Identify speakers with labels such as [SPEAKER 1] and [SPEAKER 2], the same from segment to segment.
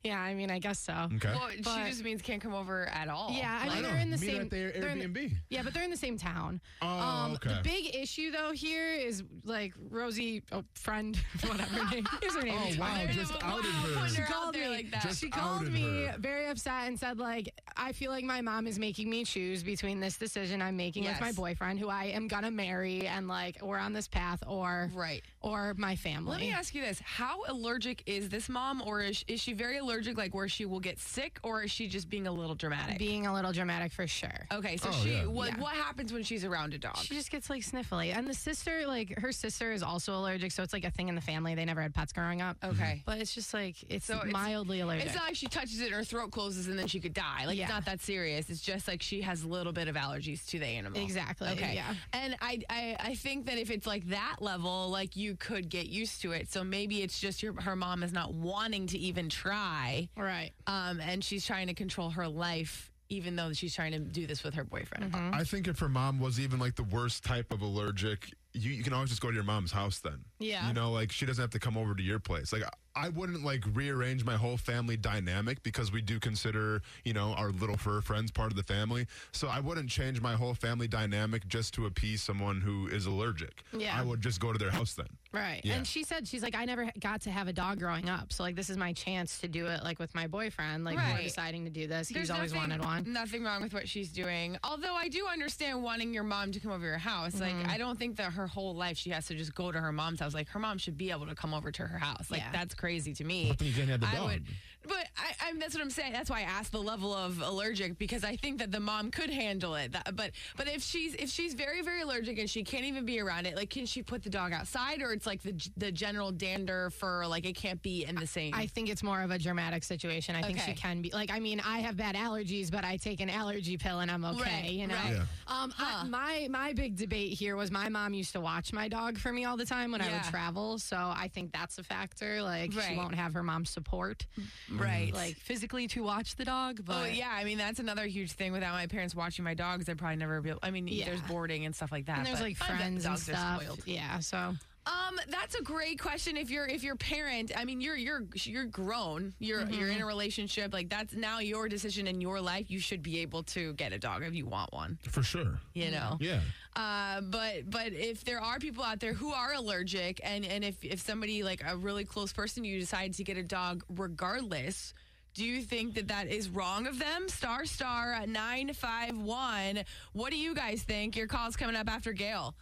[SPEAKER 1] yeah, I mean, I guess so.
[SPEAKER 2] Okay.
[SPEAKER 3] Well, she
[SPEAKER 1] Oh. But-
[SPEAKER 3] just means can't come over at
[SPEAKER 2] Oh,
[SPEAKER 3] all.
[SPEAKER 1] Yeah, I
[SPEAKER 3] Like,
[SPEAKER 1] mean
[SPEAKER 2] know.
[SPEAKER 1] they're in the
[SPEAKER 2] Meet
[SPEAKER 1] same
[SPEAKER 2] at their
[SPEAKER 1] they're in the-
[SPEAKER 2] Airbnb.
[SPEAKER 1] yeah, but they're in the same town. Um,
[SPEAKER 2] Oh, okay.
[SPEAKER 1] The big issue though here is like Rosie, oh, friend, whatever her name. Here's her name.
[SPEAKER 2] Oh,
[SPEAKER 1] It's
[SPEAKER 2] wow,
[SPEAKER 1] fine.
[SPEAKER 3] there's
[SPEAKER 2] just
[SPEAKER 3] a-
[SPEAKER 2] outed her.
[SPEAKER 3] putting
[SPEAKER 2] She
[SPEAKER 3] out
[SPEAKER 1] called
[SPEAKER 3] there
[SPEAKER 1] me.
[SPEAKER 3] like that.
[SPEAKER 2] Just-
[SPEAKER 1] she called
[SPEAKER 2] outed
[SPEAKER 1] me
[SPEAKER 2] her.
[SPEAKER 1] very upset and said like I feel like my mom is making me choose between this decision I'm making
[SPEAKER 3] Yes.
[SPEAKER 1] with my boyfriend who I am gonna marry and like we're on this path or
[SPEAKER 3] Right.
[SPEAKER 1] or my family.
[SPEAKER 3] Let me ask you this: How allergic is this mom, or is, is she very allergic, like where she will get sick, or is she just being a little dramatic?
[SPEAKER 1] being a little dramatic for sure.
[SPEAKER 3] okay, so
[SPEAKER 2] Oh,
[SPEAKER 3] she
[SPEAKER 2] yeah.
[SPEAKER 3] what what happens when she's around a dog?
[SPEAKER 1] She just gets like sniffly. And the sister, like her sister is also allergic, so it's like a thing in the family. They never had pets growing up.
[SPEAKER 3] Okay.
[SPEAKER 1] But it's just like it's
[SPEAKER 3] Oh. So it's-
[SPEAKER 1] mildly allergic.
[SPEAKER 3] it's not like she touches it and her throat closes and then she could die. Like
[SPEAKER 1] Yeah.
[SPEAKER 3] it's not that serious. It's just like she has a little bit of allergies to the animal.
[SPEAKER 1] Exactly,
[SPEAKER 3] Okay.
[SPEAKER 1] yeah.
[SPEAKER 3] And I, I I think that if it's like that level, like you could get used to it. So maybe it's just your her mom is not wanting to even try.
[SPEAKER 1] right.
[SPEAKER 3] Um, and she's trying to control her life, even though she's trying to do this with her boyfriend.
[SPEAKER 2] I think if her mom was even like the worst type of allergic, you, you can always just go to your mom's house then.
[SPEAKER 1] Yeah.
[SPEAKER 2] You know, like she doesn't have to come over to your place. Like I wouldn't like rearrange my whole family dynamic because we do consider, you know, our little fur friends part of the family. So I wouldn't change my whole family dynamic just to appease someone who is allergic.
[SPEAKER 1] Yeah.
[SPEAKER 2] I would just go to their house then.
[SPEAKER 1] Right.
[SPEAKER 2] Yeah.
[SPEAKER 1] And she said she's like, I never h- got to have a dog growing up. So like this is my chance to do it like with my boyfriend. Like
[SPEAKER 3] Right.
[SPEAKER 1] we're deciding to do this. He's always wanted one.
[SPEAKER 3] Nothing wrong with what she's doing. Although I do understand wanting your mom to come over to your house. Like I don't think that her whole life she has to just go to her mom's house. Like her mom should be able to come over to her house. Like
[SPEAKER 1] Yeah.
[SPEAKER 3] that's crazy to me. But
[SPEAKER 2] then you can't have the
[SPEAKER 3] I
[SPEAKER 2] dog.
[SPEAKER 3] Would, but I, I'm that's what I'm saying. That's why I asked the level of allergic because I think that the mom could handle it. That- but but if she's if she's very very allergic and she can't even be around it, like can she put the dog outside or it's like the the general dander for like it can't be in the same.
[SPEAKER 1] I think it's more of a dramatic situation. I think
[SPEAKER 3] Okay.
[SPEAKER 1] she can be like. I mean, I have bad allergies, but I take an allergy pill and I'm okay.
[SPEAKER 3] Right,
[SPEAKER 1] you know.
[SPEAKER 3] right.
[SPEAKER 2] Yeah.
[SPEAKER 1] Um, I- my my big debate here was my mom used to watch my dog for me all the time when I would
[SPEAKER 3] Yeah.
[SPEAKER 1] travel, so I think that's a factor. Like
[SPEAKER 3] Right.
[SPEAKER 1] she won't have her mom's support,
[SPEAKER 3] right.
[SPEAKER 1] like physically to watch the dog.
[SPEAKER 3] Oh
[SPEAKER 1] But
[SPEAKER 3] yeah, I mean that's another huge thing. Without my parents watching my dogs, I'd probably never be. Able, I mean,
[SPEAKER 1] Yeah.
[SPEAKER 3] there's boarding and stuff like that.
[SPEAKER 1] and there's
[SPEAKER 3] but
[SPEAKER 1] like
[SPEAKER 3] I bet
[SPEAKER 1] friends and
[SPEAKER 3] dogs are
[SPEAKER 1] stuff.
[SPEAKER 3] spoiled.
[SPEAKER 1] Yeah, so
[SPEAKER 3] Um, that's a great question. If you're if your parent, I mean, you're you're you're grown. You're you're in a relationship. Like that's now your decision in your life. You should be able to get a dog if you want one.
[SPEAKER 2] For sure.
[SPEAKER 3] You know.
[SPEAKER 2] Yeah.
[SPEAKER 3] Uh, but but if there are people out there who are allergic, and and if if somebody like a really close person, you decide to get a dog regardless. Do you think that that is wrong of them? Star star nine five one. What do you guys think? Your call's coming up after Gail.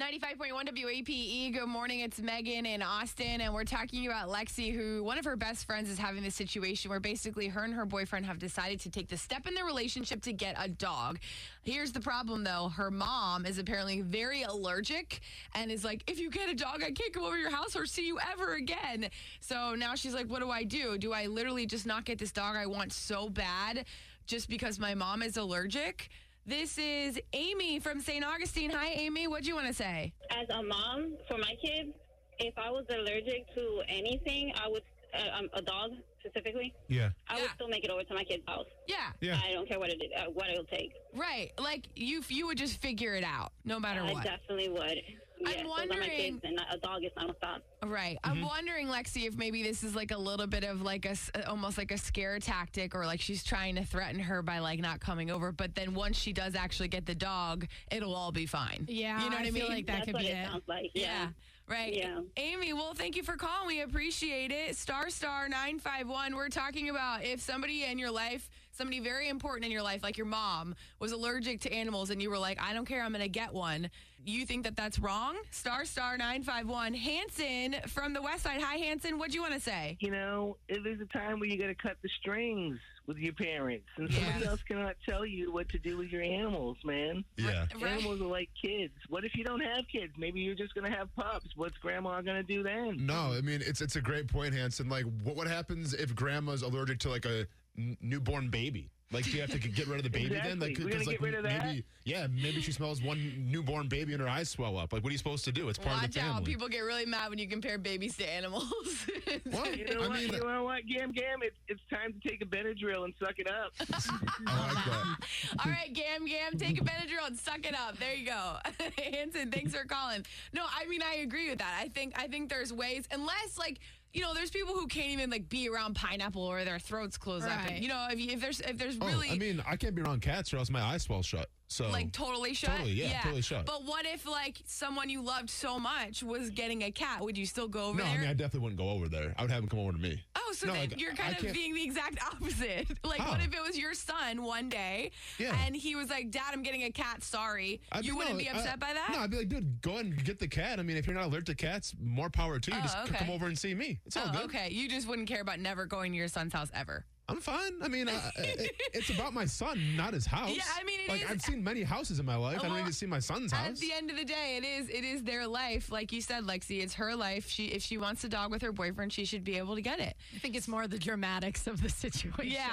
[SPEAKER 3] 95.1 WAPE. E. Good morning. It's Megan in Austin, and we're talking about Lexi, who one of her best friends is having this situation where basically her and her boyfriend have decided to take the step in their relationship to get a dog. Here's the problem, though her mom is apparently very allergic and is like, if you get a dog, I can't come over to your house or see you ever again. So now she's like, what do I do? Do I literally just not get this dog I want so bad just because my mom is allergic? This is Amy from St. Augustine. Hi, Amy. What do you want to say?
[SPEAKER 4] as a mom for my kids, if I was allergic to anything, I would uh, um, a dog specifically,
[SPEAKER 2] Yeah.
[SPEAKER 4] I would
[SPEAKER 3] Yeah.
[SPEAKER 4] still make it over to my kid's house.
[SPEAKER 3] Yeah,
[SPEAKER 2] Yeah.
[SPEAKER 4] I don't care what it uh, what it'll take.
[SPEAKER 3] right. Like you, you would just figure it out no matter
[SPEAKER 4] I
[SPEAKER 3] what.
[SPEAKER 4] definitely would. Yeah,
[SPEAKER 3] I'm
[SPEAKER 4] those are my
[SPEAKER 3] wondering-
[SPEAKER 4] kids, and uh, a dog is not a dog.
[SPEAKER 3] Right. I'm wondering, Lexi, if maybe this is like a little bit of like a s- uh, almost like a scare tactic, or like she's trying to threaten her by like not coming over. But then once she does actually get the dog, it'll all be fine.
[SPEAKER 1] Yeah,
[SPEAKER 3] you know what I,
[SPEAKER 1] I
[SPEAKER 3] mean.
[SPEAKER 1] feel like that
[SPEAKER 4] That's
[SPEAKER 1] could
[SPEAKER 4] what
[SPEAKER 1] be
[SPEAKER 4] it,
[SPEAKER 1] it.
[SPEAKER 4] sounds like.
[SPEAKER 3] Yeah. Right.
[SPEAKER 4] Yeah.
[SPEAKER 3] Amy, well, thank you for calling. We appreciate it. Star Star 951. We're talking about if somebody in your life, somebody very important in your life, like your mom, was allergic to animals and you were like, I don't care, I'm going to get one. You think that that's wrong? Star Star 951. Hanson from the West Side. Hi, Hanson. What'd you want to say?
[SPEAKER 5] you know, it is a time where you got to cut the strings with your parents, and somebody
[SPEAKER 3] Yeah.
[SPEAKER 5] else cannot tell you what to do with your animals, man.
[SPEAKER 2] Yeah.
[SPEAKER 5] Animals are like kids. What if you don't have kids? Maybe you're just gonna have pups. What's grandma gonna do then?
[SPEAKER 2] No, I mean it's it's a great point, Hanson. Like, what what happens if grandma's allergic to like a n- newborn baby? Like, do you have to get rid of the baby then? Like,
[SPEAKER 5] Exactly. We're gonna
[SPEAKER 2] like
[SPEAKER 5] get rid of that?
[SPEAKER 2] maybe yeah, maybe she smells one newborn baby and her eyes swell up. Like, what are you supposed to do? It's part of
[SPEAKER 3] Watch
[SPEAKER 2] the family.
[SPEAKER 3] out. People get really mad when you compare babies to animals.
[SPEAKER 2] What?
[SPEAKER 5] You know
[SPEAKER 2] I
[SPEAKER 5] what?
[SPEAKER 2] mean, uh
[SPEAKER 5] you know what? Gam gam. It's it's time to take a Benadryl and suck it up.
[SPEAKER 2] I like that.
[SPEAKER 3] All right, Gam Gam, take a Benadryl and suck it up. There you go, Hanson. Thanks for calling. No, I mean I agree with that. I think I think there's ways, unless like you know, there's people who can't even like be around pineapple or their throats close up.
[SPEAKER 1] Right.
[SPEAKER 3] And, you know, if, you- if there's if there's
[SPEAKER 2] Oh,
[SPEAKER 3] really
[SPEAKER 2] I mean, I can't be around cats or else my eyes swell shut. So
[SPEAKER 3] like totally shut,
[SPEAKER 2] Totally, yeah, totally shut.
[SPEAKER 3] But what if like someone you loved so much was getting a cat? Would you still go over
[SPEAKER 2] no,
[SPEAKER 3] there?
[SPEAKER 2] I mean, I definitely wouldn't go over there. I would have him come over to me.
[SPEAKER 3] Oh, so
[SPEAKER 2] No,
[SPEAKER 3] then
[SPEAKER 2] like,
[SPEAKER 3] you're
[SPEAKER 2] I
[SPEAKER 3] kind of
[SPEAKER 2] can't-
[SPEAKER 3] being the exact opposite. Like, what
[SPEAKER 2] How?
[SPEAKER 3] if it was your son one day
[SPEAKER 2] Yeah.
[SPEAKER 3] and he was like, Dad, I'm getting a cat, sorry.
[SPEAKER 2] I'd
[SPEAKER 3] you wouldn't
[SPEAKER 2] no,
[SPEAKER 3] be
[SPEAKER 2] I-
[SPEAKER 3] upset by that?
[SPEAKER 2] uh, No, I'd be like, dude, go ahead and get the cat. I mean, if you're not allergic to cats, more power to you.
[SPEAKER 3] Oh,
[SPEAKER 2] Just c-
[SPEAKER 3] okay.
[SPEAKER 2] come over and see me. It's all
[SPEAKER 3] oh,
[SPEAKER 2] good.
[SPEAKER 3] okay. You just wouldn't care about never going to your son's house ever.
[SPEAKER 2] I'm fine. I mean, I, it, it's about my son, not his house.
[SPEAKER 3] Yeah, I mean, it
[SPEAKER 2] like
[SPEAKER 3] is-
[SPEAKER 2] I've seen many houses in my life. I
[SPEAKER 3] Well,
[SPEAKER 2] don't need to see my son's
[SPEAKER 3] At
[SPEAKER 2] house.
[SPEAKER 3] the end of the day, it is it is their life. Like you said, Lexi, it's her life. She if she wants a dog with her boyfriend, she should be able to get it.
[SPEAKER 1] I think it's more the dramatics of the situation.
[SPEAKER 3] Yeah.